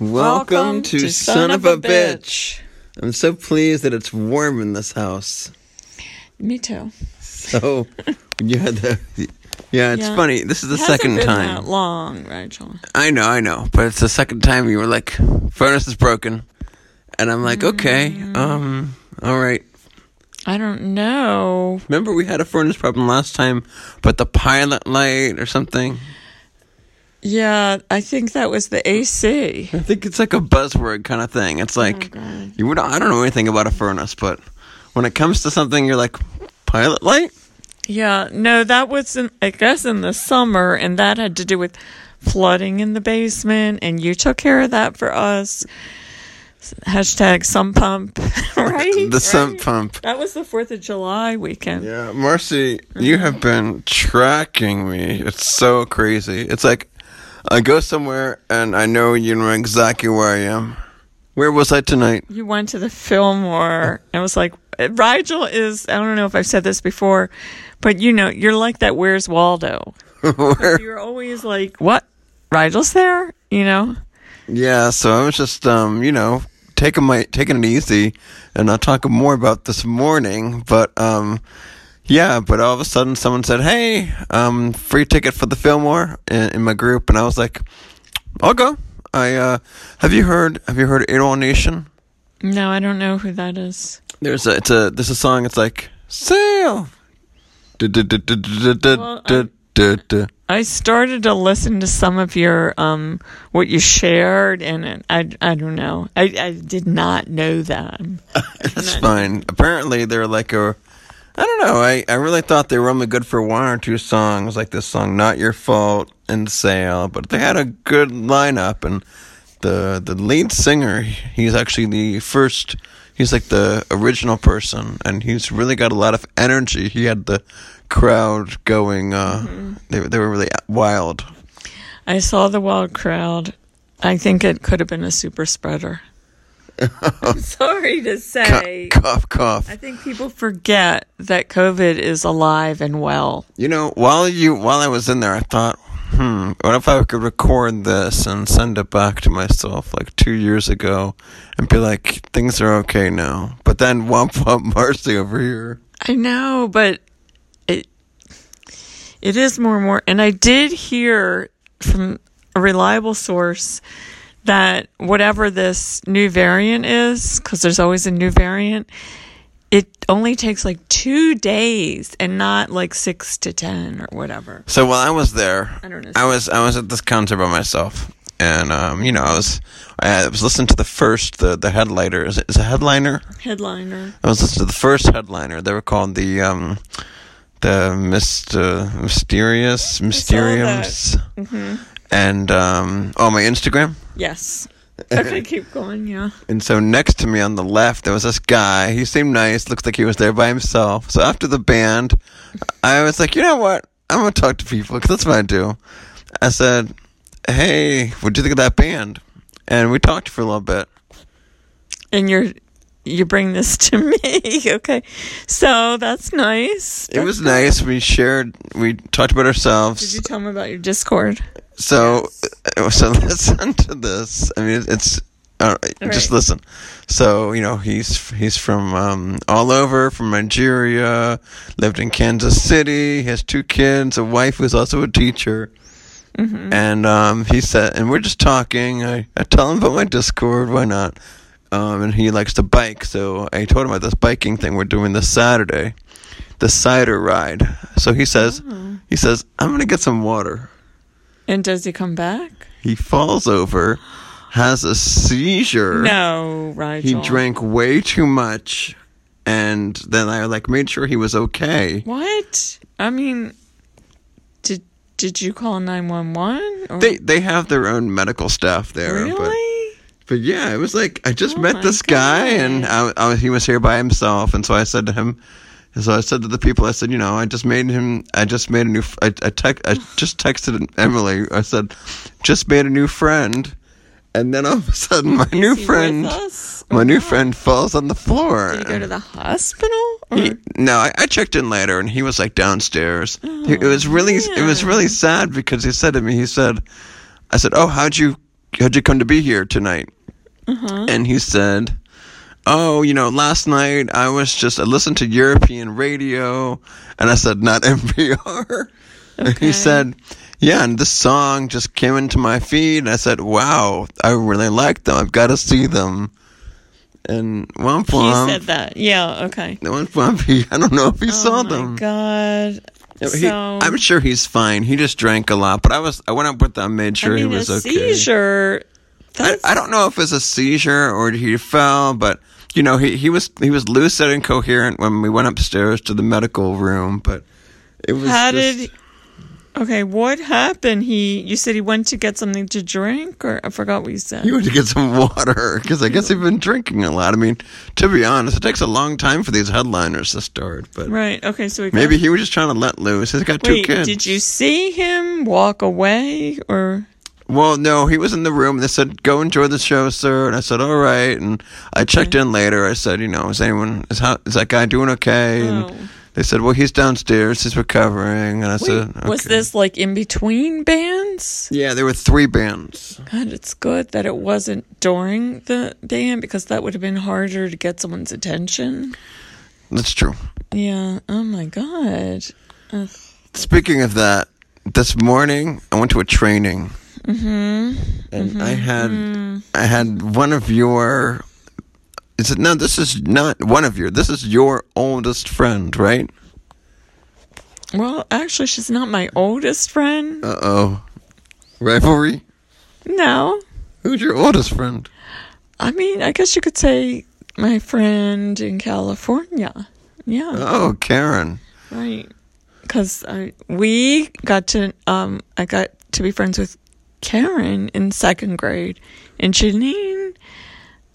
Welcome, to, Son, of a bitch. I'm so pleased that it's warm in this house. Me too. So, yeah, the, yeah, it's Yeah. funny. This is the It hasn't second been time. That long, Rachel. I know, I know, but it's the second time you were like, "Furnace is broken," and I'm like, "Okay, Mm. um, all right." I don't know. Remember we had a furnace problem last time, but the pilot light or something. Yeah, I think that was the AC. I think it's like a buzzword kind of thing. It's like Oh, God. you would I don't know anything about a furnace, but when it comes to something, you're like, "Pilot light." Yeah, no, that was in, I guess in the summer, and that had to do with flooding in the basement, and you took care of that for us. Hashtag sump pump, right? The sump Right? pump. That was the Fourth of July weekend. Yeah, Marcy, you Mm-hmm. have been tracking me. It's so crazy. It's like I go somewhere and I know you know exactly where I am. Where was I tonight? You went to the Fillmore. I was like, Rigel is, I don't know if I've said this before, but you know, you're like that Where's Waldo. Where- You're always like, what? Rigel's there? You know? Yeah, so I was just um, you know, taking my taking it easy and I'll talk more about this morning, but um yeah, but all of a sudden someone said, "Hey, um free ticket for the Fillmore" in, in my group and I was like, "I'll go." I uh have you heard have you heard Aerial Nation? No, I don't know who that is. There's a it's a there's a song. It's like sail. Du- du- du- du- du- du- du- Well, du- I'm- du- du. I started to listen to some of your, um, what you shared, and it, I, I don't know. I, I did not know that. That's fine. Apparently they're like a. I don't know. I, I really thought they were only good for one or two songs, like this song "Not Your Fault" and "Sail," but they had a good lineup, and the the lead singer he's actually the first. He's like the original person, and he's really got a lot of energy. He had the crowd going. Uh, they they were really wild. I saw the wild crowd. I think it could have been a super spreader. I'm sorry to say. Cough, cough, cough. I think people forget that COVID is alive and well. You know, while you while I was in there, I thought, hmm, what if I could record this and send it back to myself like two years ago, and be like, things are okay now. But then womp womp Marcy over here. I know, but it it is more and more. And I did hear from a reliable source that whatever this new variant is, because there's always a new variant, it only takes like two days and not like six to ten or whatever. So while I was there, I, don't know. was I was at this concert by myself, and um, you know, I was I was listening to the first the the headliner is it, is it headliner Headliner. I was listening to the first headliner. They were called the um, the Myst- uh, Mysterious Mysteriums, Mm-hmm. and um, oh my Instagram. Yes. Okay, keep going, yeah. And so next to me on the left, there was this guy. He seemed nice. Looked like he was there by himself. So after the band, I was like, you know what? I'm gonna talk to people because that's what I do. I said, hey, what'd you think of that band? And we talked for a little bit. and you're you bring this to me okay so that's nice It was nice. We shared. We talked about ourselves. did you tell them about your discord So, uh, so listen to this. I mean, it's uh, just right. listen. So you know, he's he's from um, all over, from Nigeria, lived in Kansas City. He has two kids, a wife who's also a teacher. And um, he said, and we're just talking. I, I tell him about my Discord. Why not? Um, and he likes to bike, so I told him about this biking thing we're doing this Saturday, the cider ride. So he says, he says, I'm gonna get some water. and does he come back He falls over, has a seizure. no Rigel. He drank way too much, and then I like made sure he was okay. what i mean did did you call 911 or They they have their own medical staff there, but really but yeah, it was like I just Oh met my this guy, and I, I, he was here by himself, and so I said to him. and So I said to the people, I said, you know, I just made him, I just made a new, f- I, I, tec- I just texted Emily, I said, just made a new friend. And then all of a sudden, my new Is he with friend, us or my new not? friend falls on the floor. did you go to the hospital or He- no, I, I checked in later, and he was like downstairs. He- it was really, it was really sad because he said to me, he said, "I said, oh, how'd you how'd you come to be here tonight?" Uh-huh. And he said, "Oh, you know, last night I was just I listened to European radio, and I said not NPR." And Okay. he said, "Yeah, and this song just came into my feed, and I said, "Wow, I really like them. I've got to see them." And Womp He Womp. said that. Yeah. Okay. The one Pompey, um, I don't know if he saw oh my them. God. He- so I'm sure he's fine. He just drank a lot, but I was I went up with him, made sure I mean, he was a okay. seizure. I, That's, I don't know if it's a seizure or he fell, but you know he, he was he was lucid and coherent when we went upstairs to the medical room. But it was how just- did? Okay, what happened? He, you said he went to get something to drink, or I forgot what you said. he went to get some water because I guess he'd been drinking a lot. I mean, to be honest, it takes a long time for these headliners to start. But right. Okay, so he got- maybe he was just trying to let loose. He's got two Wait, kids. did you see him walk away, or Well, no, he was in the room. They said, "Go enjoy the show, sir." And I said, "All right." And I checked in later. I said, "You know, is anyone is how is that guy doing okay?" Oh. And they said, "Well, he's downstairs. He's recovering." And I Wait, said, was "Okay." this like in between bands? Yeah, there were three bands. God, it's good that it wasn't during the band because that would have been harder to get someone's attention. That's true. Yeah. Oh my God. Speaking of that, this morning I went to a training, mm-hmm. and I Mm-hmm. had Mm. I had one of your. Is it no? This is not one of your. This is your oldest friend, right? Well, actually, she's not my oldest friend. Uh oh, rivalry. No. Who's your oldest friend? I mean, I guess you could say my friend in California. Yeah, Oh, Karen. right. Because we got to, um, I got to be friends with Karen in second grade, and Janine,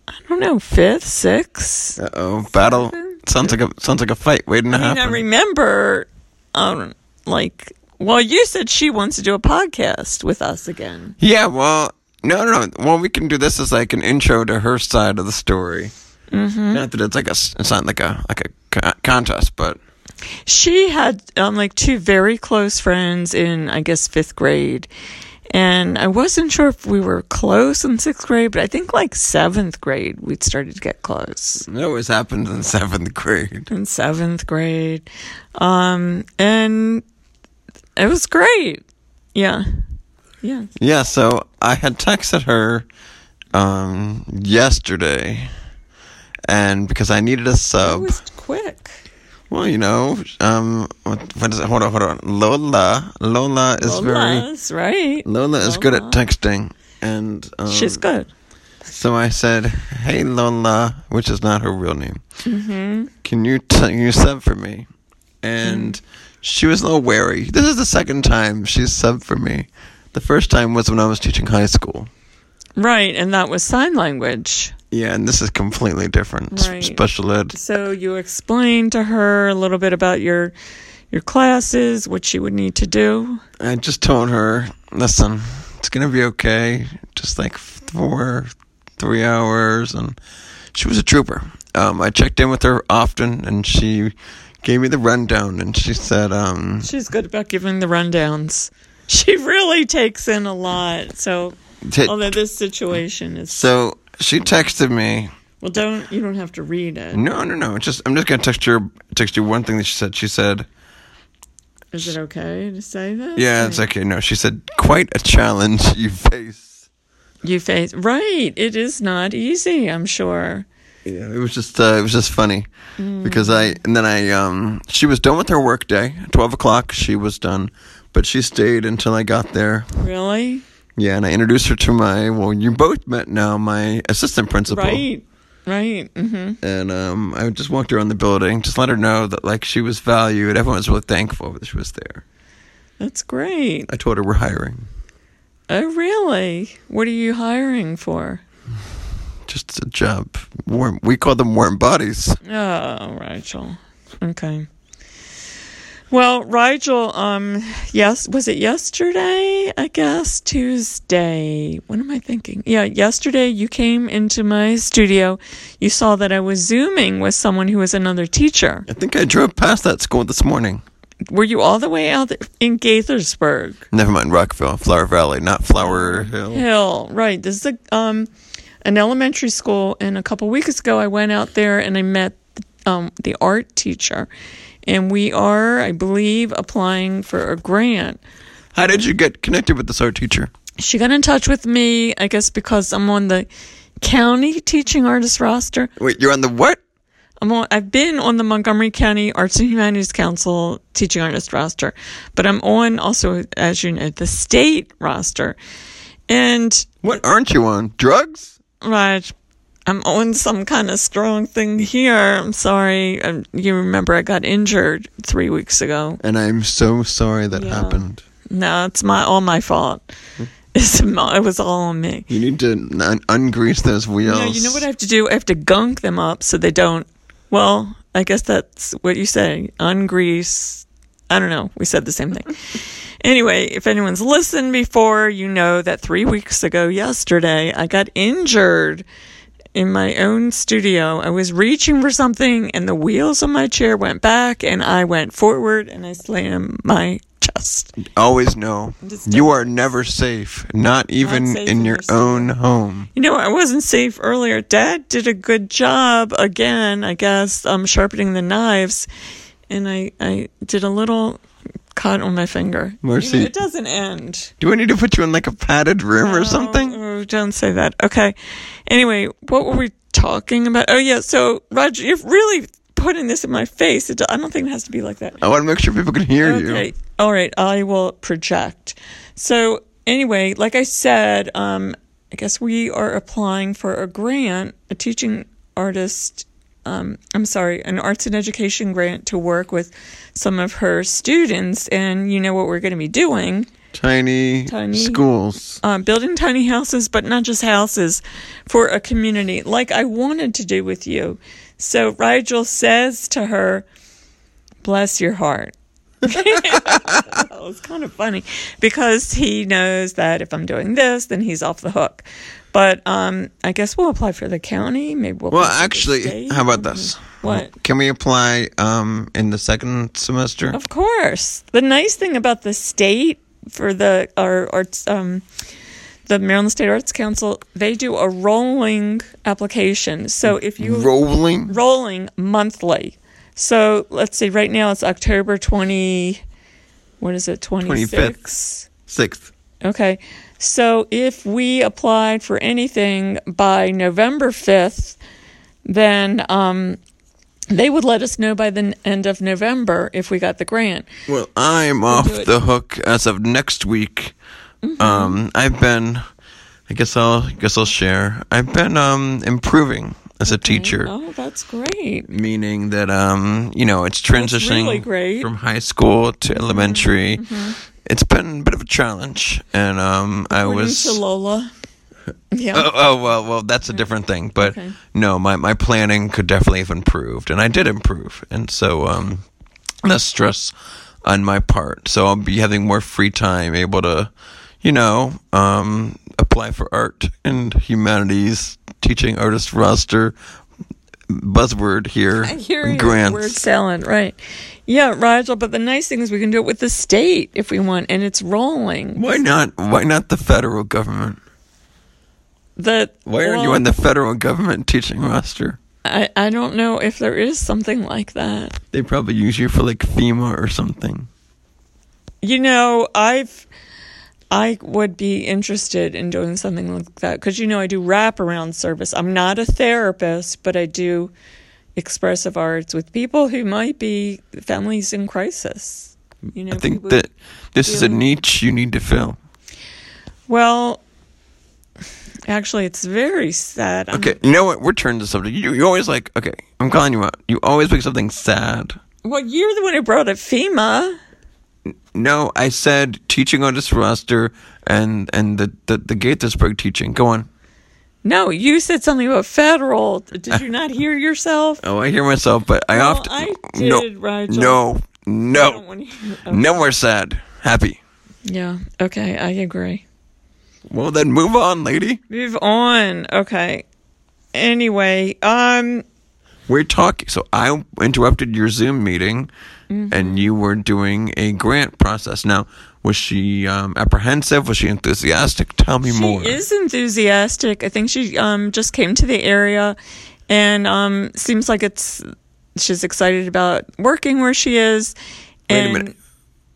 I don't know, fifth, sixth. Uh oh, battle. Sounds like a sounds like a fight waiting to I mean, I happen. remember, um, like, well, you said she wants to do a podcast with us again. yeah, well, no, no, no. Well, we can do this as like an intro to her side of the story. Mm-hmm. Not that it's like a, s- it's not like a like a co- contest, but she had um, like two very close friends in i guess fifth grade and i wasn't sure if we were close in sixth grade but i think like seventh grade we'd started to get close it always happens in seventh grade. in seventh grade um, and it was great yeah yeah Yeah, so I had texted her um yesterday, and because I needed a it sub. was quick Well, you know, um, what, what is it? Hold on, hold on. Lola, Lola is very Lola's, right Lola is good at Lola. texting, and um, she's good So I said, "Hey, Lola," which is not her real name. Mm-hmm. Can you t- you sub for me? And Mm. she was a little wary. This is the second time she's subbed for me. The first time was when I was teaching high school. right and that was sign language Yeah, and this is completely different. S- Right. Special ed. So you explained to her a little bit about your your classes, what she would need to do. I just told her, listen, it's gonna be okay. Just like four, three hours, and she was a trooper. Um, I checked in with her often, and she gave me the rundown, and she said, um, She's good about giving the rundowns. She really takes in a lot. So t- although this situation is so she texted me. well, don't you don't have to read it. No, no, no. Just I'm just gonna text her. Text you one thing that she said. She said, Is it okay to say that? yeah, it's okay. No, she said, quite a challenge you face. You face right. It is not easy. I'm sure. Yeah, it was just uh, it was just funny because I and then I um she was done with her work day at twelve o'clock she was done, but she stayed until I got there. Really, Yeah, and I introduced her to my well you both met now my assistant principal. right, right. hmm And um I just walked around the building just let her know that like she was valued. Everyone was really thankful that she was there. That's great. I told her we're hiring Oh, really? What are you hiring for? just a job warm. We call them warm bodies. Oh, Rigel. Okay. Well, Rigel, um, yes, was it yesterday? I guess Tuesday. What am I thinking? Yeah, yesterday you came into my studio. You saw that I was Zooming with someone who was another teacher. I think I drove past that school this morning. Were you all the way out in Gaithersburg Never mind Rockville, Flower Valley, not Flower Hill. Hill? Right. This is a, um, an elementary school, and a couple weeks ago I went out there and I met um, the art teacher, and we are, I believe, applying for a grant. How did you get connected with this art teacher? She got in touch with me, I guess, because I'm on the county teaching artist roster. Wait, you're on the what? I'm on, I've been on the Montgomery County Arts and Humanities Council teaching artist roster, but I'm on also, as you know, the state roster. And, What aren't you on? Drugs? right, I'm on some kind of strong thing here. I'm sorry. Um you remember I got injured three weeks ago. And I'm so sorry that Yeah. happened. No, it's my all my fault. It's my, it was all on me. You need to un- ungrease those wheels. No, you know what I have to do? I have to gunk them up so they don't. Well, I guess that's what you say. Ungrease. I don't know. We said the same thing. anyway, if anyone's listened before, you know that three weeks ago yesterday, I got injured in my own studio. I was reaching for something and the wheels on my chair went back and I went forward and I slammed my chest. Always know Just you are never safe, not even safe in in your your studio. own home. You know, I wasn't safe earlier. Dad did a good job again, I guess, um, sharpening the knives, and I, I did a little cut on my finger. You know, Mercy. it doesn't end. Do I need to put you in like a padded room or something? Oh, oh, don't say that. Okay. Anyway, what were we talking about? Oh yeah, so Roger, you're really putting this in my face. It, I don't think it has to be like that. I want to make sure people can hear you. All right. I will project. So, anyway, like I said, um, I guess we are applying for a grant, a teaching artist, um, I'm sorry, an arts and education grant to work with some of her students. And you know what we're going to be doing? Tiny, Tiny. schools. um, building tiny houses, but not just houses, for a community, like I wanted to do with you. So Rigel says to her, Bless your heart. well, it's kind of funny because he knows that if I'm doing this, then he's off the hook. But um, I guess we'll apply for the county. Maybe we'll. Well, apply for the actually, state. how about this? What? Can we apply um, in the second semester? Of course. The nice thing about the state for the our arts um the Maryland State Arts Council, they do a rolling application. So if you Rolling? rolling monthly. So let's see, right now it's October twenty what is it, twenty six? Sixth. Okay. So if we applied for anything by November 5th, then um, they would let us know by the n- end of November if we got the grant. Well, I'm off it. Mm-hmm. the hook as of next week. Um, I've been, I guess I'll, guess I'll share. I've been um, improving as a teacher. Oh, that's great. meaning that um you know it's transitioning really great. Mm-hmm. from high school to elementary it's been a bit of a challenge and um i According was to Lola. Yeah. Oh, oh well, well, that's a different thing. But Okay. no, my, my planning could definitely have improved, and I did improve, and so um, less stress on my part. So I'll be having more free time, able to, you know, um, apply for art and humanities teaching artist roster buzzword here. I hear you. grants. Word salad, right. Yeah, Rigel, but the nice thing is we can do it with the state if we want, and it's rolling. Why not? Why not the federal government? The, Why are you well, on the federal government teaching roster? I, I don't know if there is something like that. They probably use you for like FEMA or something. You know, I've I would be interested in doing something like that because you know I do wraparound service. I'm not a therapist, but I do expressive arts with people who might be families in crisis. You know, I think people- that this is a feeling- niche you need to fill. Mm-hmm. well, actually, it's very sad. I'm- Okay, you know what? We're turning the subject. You, you always like, okay, I'm calling you out. You always pick something sad. well, you're the one who brought up FEMA. No, I said teaching on this roster and and the the, the Gaithersburg teaching. Go on. No, you said something about federal. Uh, Did you not hear yourself? Oh, I hear myself, but I Well, often I no did, Rigel. no I don't no wanna hear- okay. no more sad. Happy. Yeah. Okay, I agree. Well, then move on, lady. Move on. Okay. Anyway, um We're talking. So I interrupted your Zoom meeting, Mm-hmm. and you were doing a grant process. Now, was she um, apprehensive? Was she enthusiastic? Tell me she more. is enthusiastic. I think she um, just came to the area, and um, seems like it's she's excited about working where she is. Wait a and minute.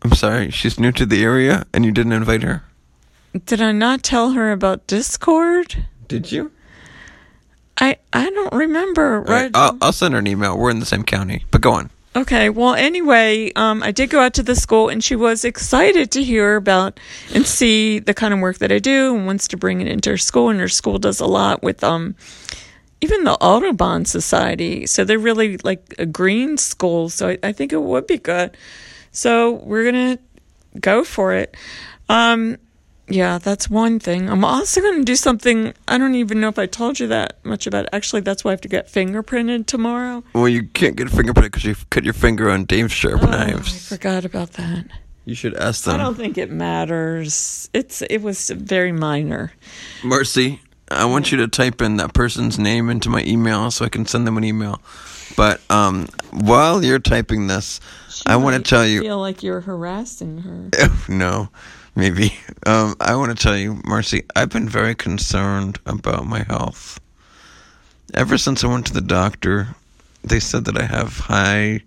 I'm sorry. She's new to the area, and you didn't invite her. Did I not tell her about Discord? Did you? I I don't remember. All right. Uh, Right. I'll, I'll send her an email. We're in the same county, but go on. Okay. Well, anyway, um, I did go out to the school, and she was excited to hear about and see the kind of work that I do, and wants to bring it into her school. And her school does a lot with um, even the Audubon Society. So they're really like a green school. So I, I think it would be good. So we're gonna go for it. Um, yeah, that's one thing. I'm also gonna do something. I don't even know if I told you that much about. It. Actually, that's why I have to get fingerprinted tomorrow. Well, you can't get fingerprint because you cut your finger on Dave's sharp Oh, knives. I forgot about that. You should ask I them. don't think it matters. It's it was very minor. Mercy, I want you to type in that person's name into my email so I can send them an email. But um, while you're typing this, I want to might tell you. Feel like you're harassing her. no, maybe. Um, I want to tell you, Mercy, I've been very concerned about my health. Ever since I went to the doctor, they said that I have high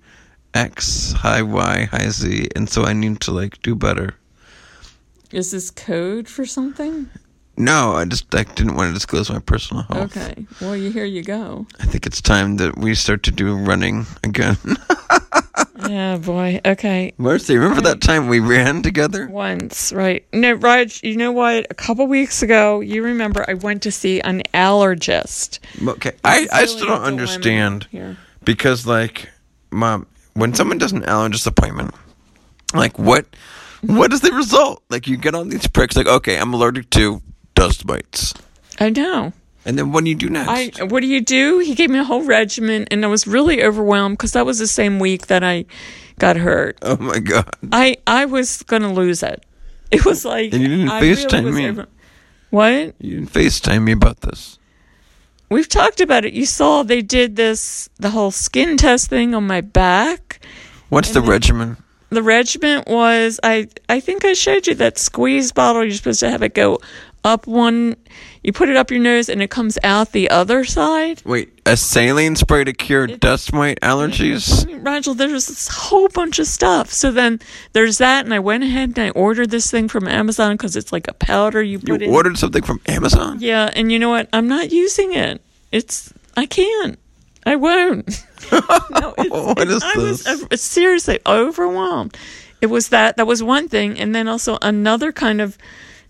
X, high Y, high Z, and so I need to like do better. Is this code for something? No, I just I didn't want to disclose my personal health. Okay. Well, you here you go. I think it's time that we start to do running again. Yeah, boy. Okay. Mercy, remember that time we ran together? Once, right? No, Raj. You know what? A couple weeks ago, you remember I went to see an allergist. Okay, I, I It's still don't really a dilemma understand here. because like, mom, when someone does an allergist appointment, like what, what is the result? Like you get on these pricks, like okay, I'm allergic to dust mites, I know. and then what do you do next? I what do you do? He gave me a whole regimen, and I was really overwhelmed because that was the same week that I got hurt. oh my god, I I was gonna lose it. It was like And you didn't I really FaceTime was me. over- What you didn't Facetime me about this. we've talked about it. You saw they did this the whole skin test thing on my back. What's the regimen? The regiment was I I think I showed you that squeeze bottle. You're supposed to have it go up one. You put it up your nose and it comes out the other side. Wait, a saline spray to cure dust mite allergies? I mean, Rigel, there's this whole bunch of stuff. So then there's that, and I went ahead and I ordered this thing from Amazon because it's like a powder you put You in. ordered something from Amazon? Yeah, and you know what? I'm not using it. It's I can't. I won't. no, it's, What it's- is I was this? uh, seriously overwhelmed. It was that that was one thing, and then also another kind of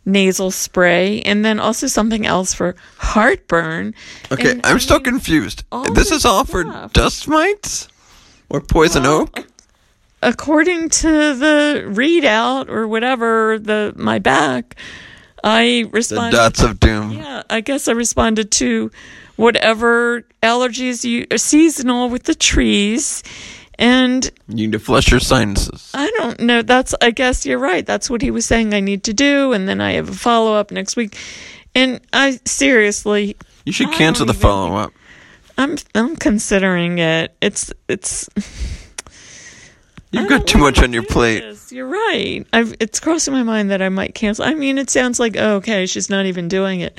nasal spray, and then also something else for heartburn. Okay, And, I'm I still mean, confused. all This this is all for stuff. dust mites or poison Well, oak? according to the readout or whatever the my back, I The responded. dots of doom. Yeah, I guess I responded to whatever allergies you are seasonal with the trees. And You need to flush your sinuses. I don't know, that's I guess you're right. That's what he was saying I need to do and then I have a follow up next week. And I seriously You should I don't cancel the even- follow up. I'm I'm considering it. It's it's You've I got don't too much wanna on your do plate. this. You're right. I've it's crossing my mind that I might cancel. I mean, it sounds like oh, okay, she's not even doing it,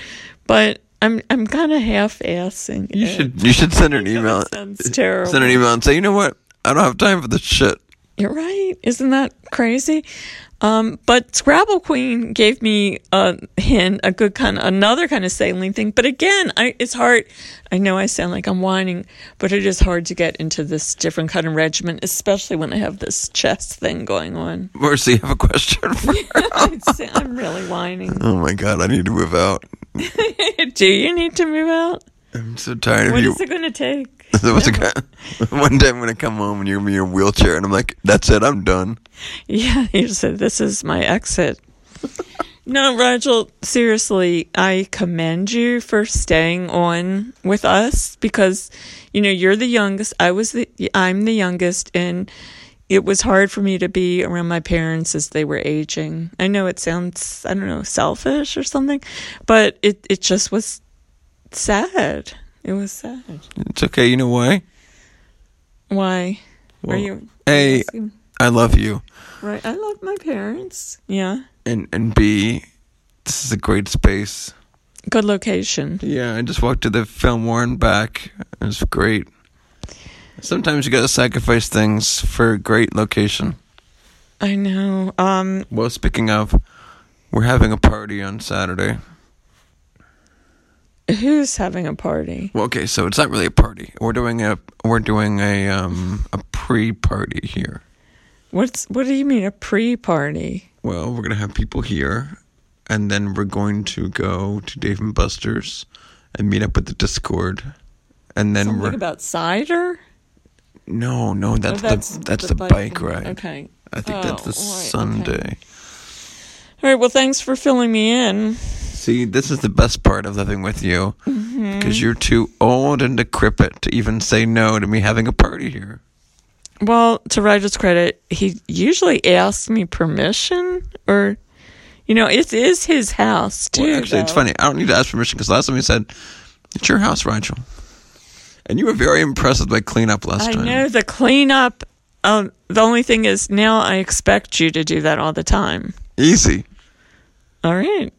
but I'm I'm kind of half-assing. You it. should you should send her an email. That sounds terrible. Send her an email and say, you know what? I don't have time for this shit. You're right. Isn't that crazy? Um, but Scrabble Queen gave me a hint, a good kind, of, another kind of saline thing. But again, I, it's hard. I know I sound like I'm whining, but it is hard to get into this different kind of regimen, especially when I have this chest thing going on. Mercy, I have a question for her. It's- I'm really whining. oh my god, I need to move out. Do you need to move out? I'm so tired What of you. is it going to take? There was a guy. One day I'm gonna come home and you're gonna be in your wheelchair, and I'm like, "That's it, I'm done." Yeah, you said this is my exit. no, Rachel, seriously, I commend you for staying on with us because you know you're the youngest. I was the I'm the youngest, and it was hard for me to be around my parents as they were aging. I know it sounds I don't know selfish or something, but it it just was sad. It was sad. It's okay. You know why? Why? Well, Are you? A, asking- I love you, Right. I love my parents. Yeah. and and B, this is a great space. Good location. Yeah, I just walked to the Fillmore and back. It was great. Sometimes you gotta sacrifice things for a great location. I know. Um, Well, speaking of, we're having a party on Saturday. who's having a party? Well, okay, so it's not really a party. We're doing a we're doing a um a pre-party here. What's what do you mean a pre-party? Well, we're gonna have people here, and then we're going to go to Dave and Buster's and meet up with the Discord, and then Something we're about cider? no no Or that's, the that's the, bike, ride. Okay. I think Oh, that's the right, Sunday. okay. All right. Well, thanks for filling me in. See, this is the best part of living with you Mm-hmm. because you're too old and decrepit to even say no to me having a party here. Well, to Roger's credit, he usually asks me permission, or you know, it is his house too. Well, actually, it's though. funny. I don't need to ask permission because last time you said, "It's your house, Rachel," and you were very impressed with my cleanup last I time. know the cleanup. Um, the only thing is now I expect you to do that all the time. Easy, All right.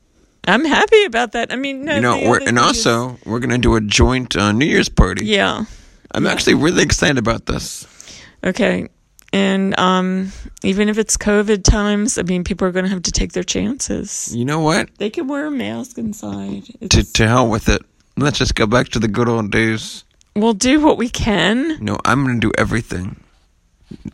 I'm happy about that. I mean, no, you know. the We're, other and thing also, we're gonna do a joint uh, New Year's party. is, yeah, I'm actually really excited about this. okay. And um, even if it's COVID times, I mean, people are going to have to take their chances. You know what? They can wear a mask inside. To It's, to hell with it. Let's just go back to the good old days. we'll do what we can. No, I'm gonna do everything.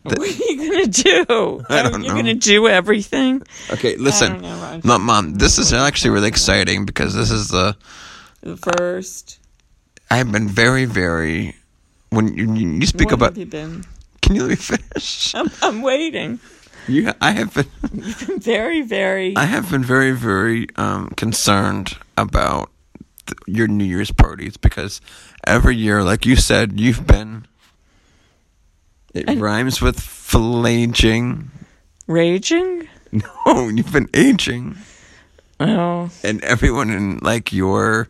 what are you going to do? I don't You're know. going to do everything? Okay, listen. know, Roger. No, Mom, this is actually really exciting because this is the. The first. I've been very, very. When you, you you speak Where about. have you been? Can you let me finish? I'm, I'm waiting. You, ha- I have been, Very, very. I have been very, very um, concerned about th- your New Year's parties because every year, like you said, you've been. It rhymes with flaging. Raging? No, you've been aging. Oh. and everyone in like your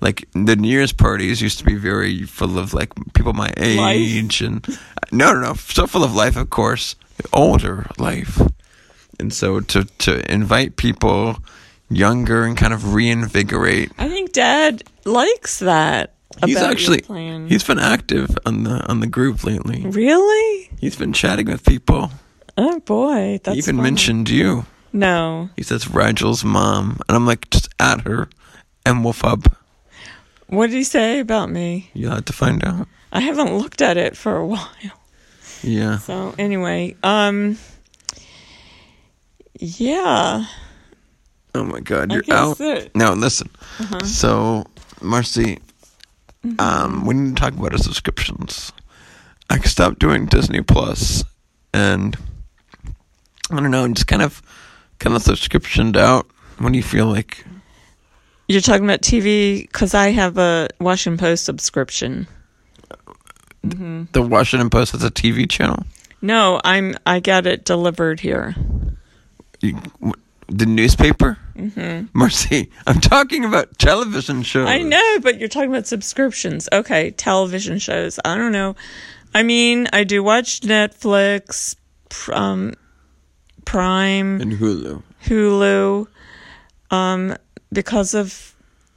like the New Year's parties used to be very full of like people my age and no no no so full of life of course older life and so to to invite people younger and kind of reinvigorate I think Dad likes that. he's about your actually plan. Mm-hmm. he's been active on the on the group lately really. he's been chatting with people Oh boy, that's he even funny. mentioned you No. he says Rigel's mom and I'm like just at her and wolf up What did he say about me? you'll have to find out I haven't looked at it for a while. yeah So anyway, um, yeah, Oh my God, you're I Uh-huh. guess out. that- No, listen. So, Marcy, Mm-hmm. um, we need to talk about our subscriptions. I stopped doing Disney Plus, and I don't know, I'm just kind of, kind of subscriptioned out. What do you feel like? you're talking about TV because I have a Washington Post subscription. Mm-hmm. The Washington Post has a TV channel. No, I'm I got it delivered here. You, w- the newspaper. Mm-hmm. Marcy, I'm talking about television shows. I know, but you're talking about subscriptions. Okay, television shows. I don't know. I mean, I do watch Netflix, pr- um, Prime, And Hulu. Hulu, um, because of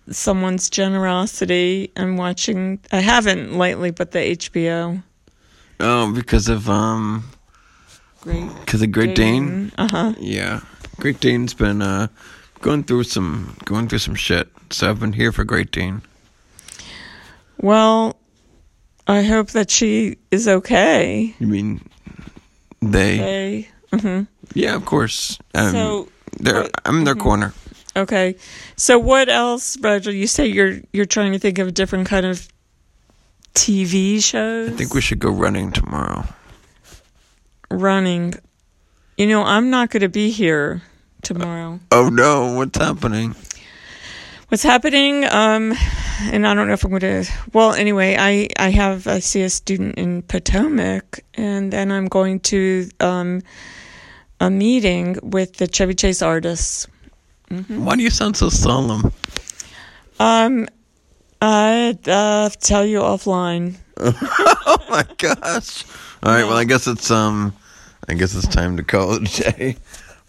someone's generosity. I'm watching. I haven't lately, but the HBO. Oh, because of um, Great. because of Great Dane. Uh huh. Yeah, Great Dane's been uh, going through some going through some shit. So I've been here for Great Dane. Well, I hope that she is okay. You mean they? Okay. Yeah, of course. Um, so. Mm-hmm. they're I'm in their corner. Okay. So what else, Roger? You say you're you're trying to think of different kind of TV shows. I think we should go running tomorrow. running. You know, I'm not going to be here tomorrow. Oh no, what's happening? What's happening? Um, and I don't know if I'm going to. Well, anyway, I I have I see a student in Potomac, and then I'm going to um a meeting with the Chevy Chase artists. Why do you sound so solemn? Um, I uh, tell you offline. Oh my gosh! All right, well, I guess it's um, I guess it's time to call it a day.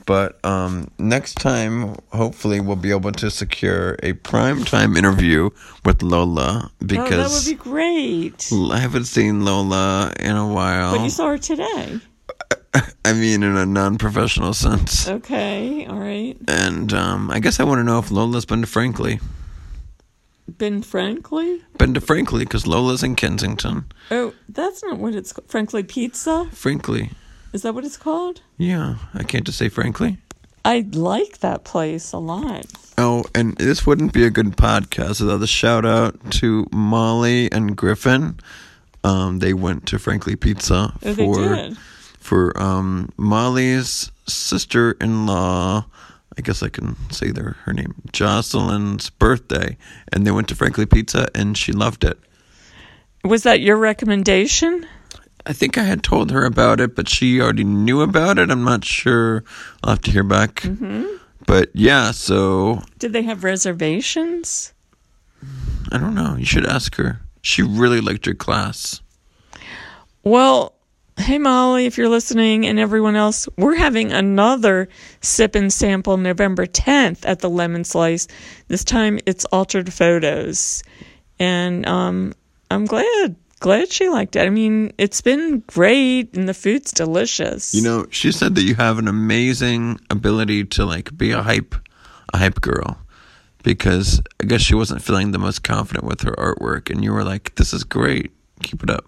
But um, next time, hopefully, we'll be able to secure a prime time interview with Lola Oh, that would because be great. I haven't seen Lola in a while. But you saw her today. I mean, in a non professional sense. Okay, all right. And um, I guess I want to know if Lola's been to Frankly. Ben Frankly? Been to Frankly because Lola's in Kensington. Oh, that's not what it's called. Frankly Pizza? Frankly. Is that what it's called? Yeah, I can't just say Frankly. I like that place a lot. Oh, and this wouldn't be a good podcast without a shout out to Molly and Griffin. Um, they went to Frankly Pizza Oh, they for did. for um, Molly's sister in law. I guess I can say their her name, Jocelyn's birthday, and they went to Frankly Pizza, and she loved it. Was that your recommendation? I think I had told her about it, but she already knew about it. I'm not sure. I'll have to hear back. Mm-hmm. But yeah, so Did they have reservations? I don't know. You should ask her. She really liked your class. Well, hey Molly, if you're listening and everyone else, we're having another sip and sample November 10th at the Lemon Slice. This time it's altered photos. And um I'm glad glad she liked it. I mean, it's been great and the food's delicious. You know, she said that you have an amazing ability to like be a hype, a hype girl, because I guess she wasn't feeling the most confident with her artwork, and you were like, "This is great. Keep it up."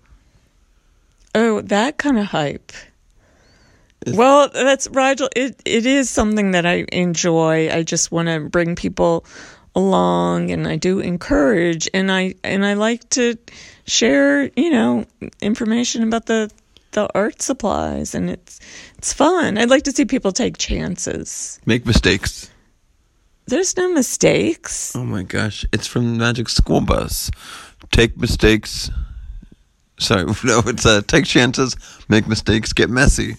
Oh, that kind of hype. Well, that's Rigel. It it is something that I enjoy. I just want to bring people along, and I do encourage, and I and I like to share, you know, information about the the art supplies, and it's it's fun. I'd like to see people take chances. Make mistakes. There's no mistakes. Oh my gosh, it's from the Magic School Bus. Take mistakes. Sorry, no, it's uh, take chances, make mistakes, get messy.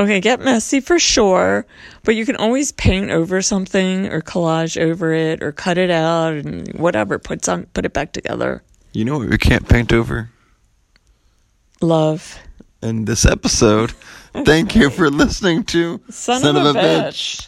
Okay, get messy for sure, but you can always paint over something or collage over it or cut it out and whatever, put some put it back together. You know what we can't paint over? Love. in this episode. Thank you for listening to Son, of, a bitch.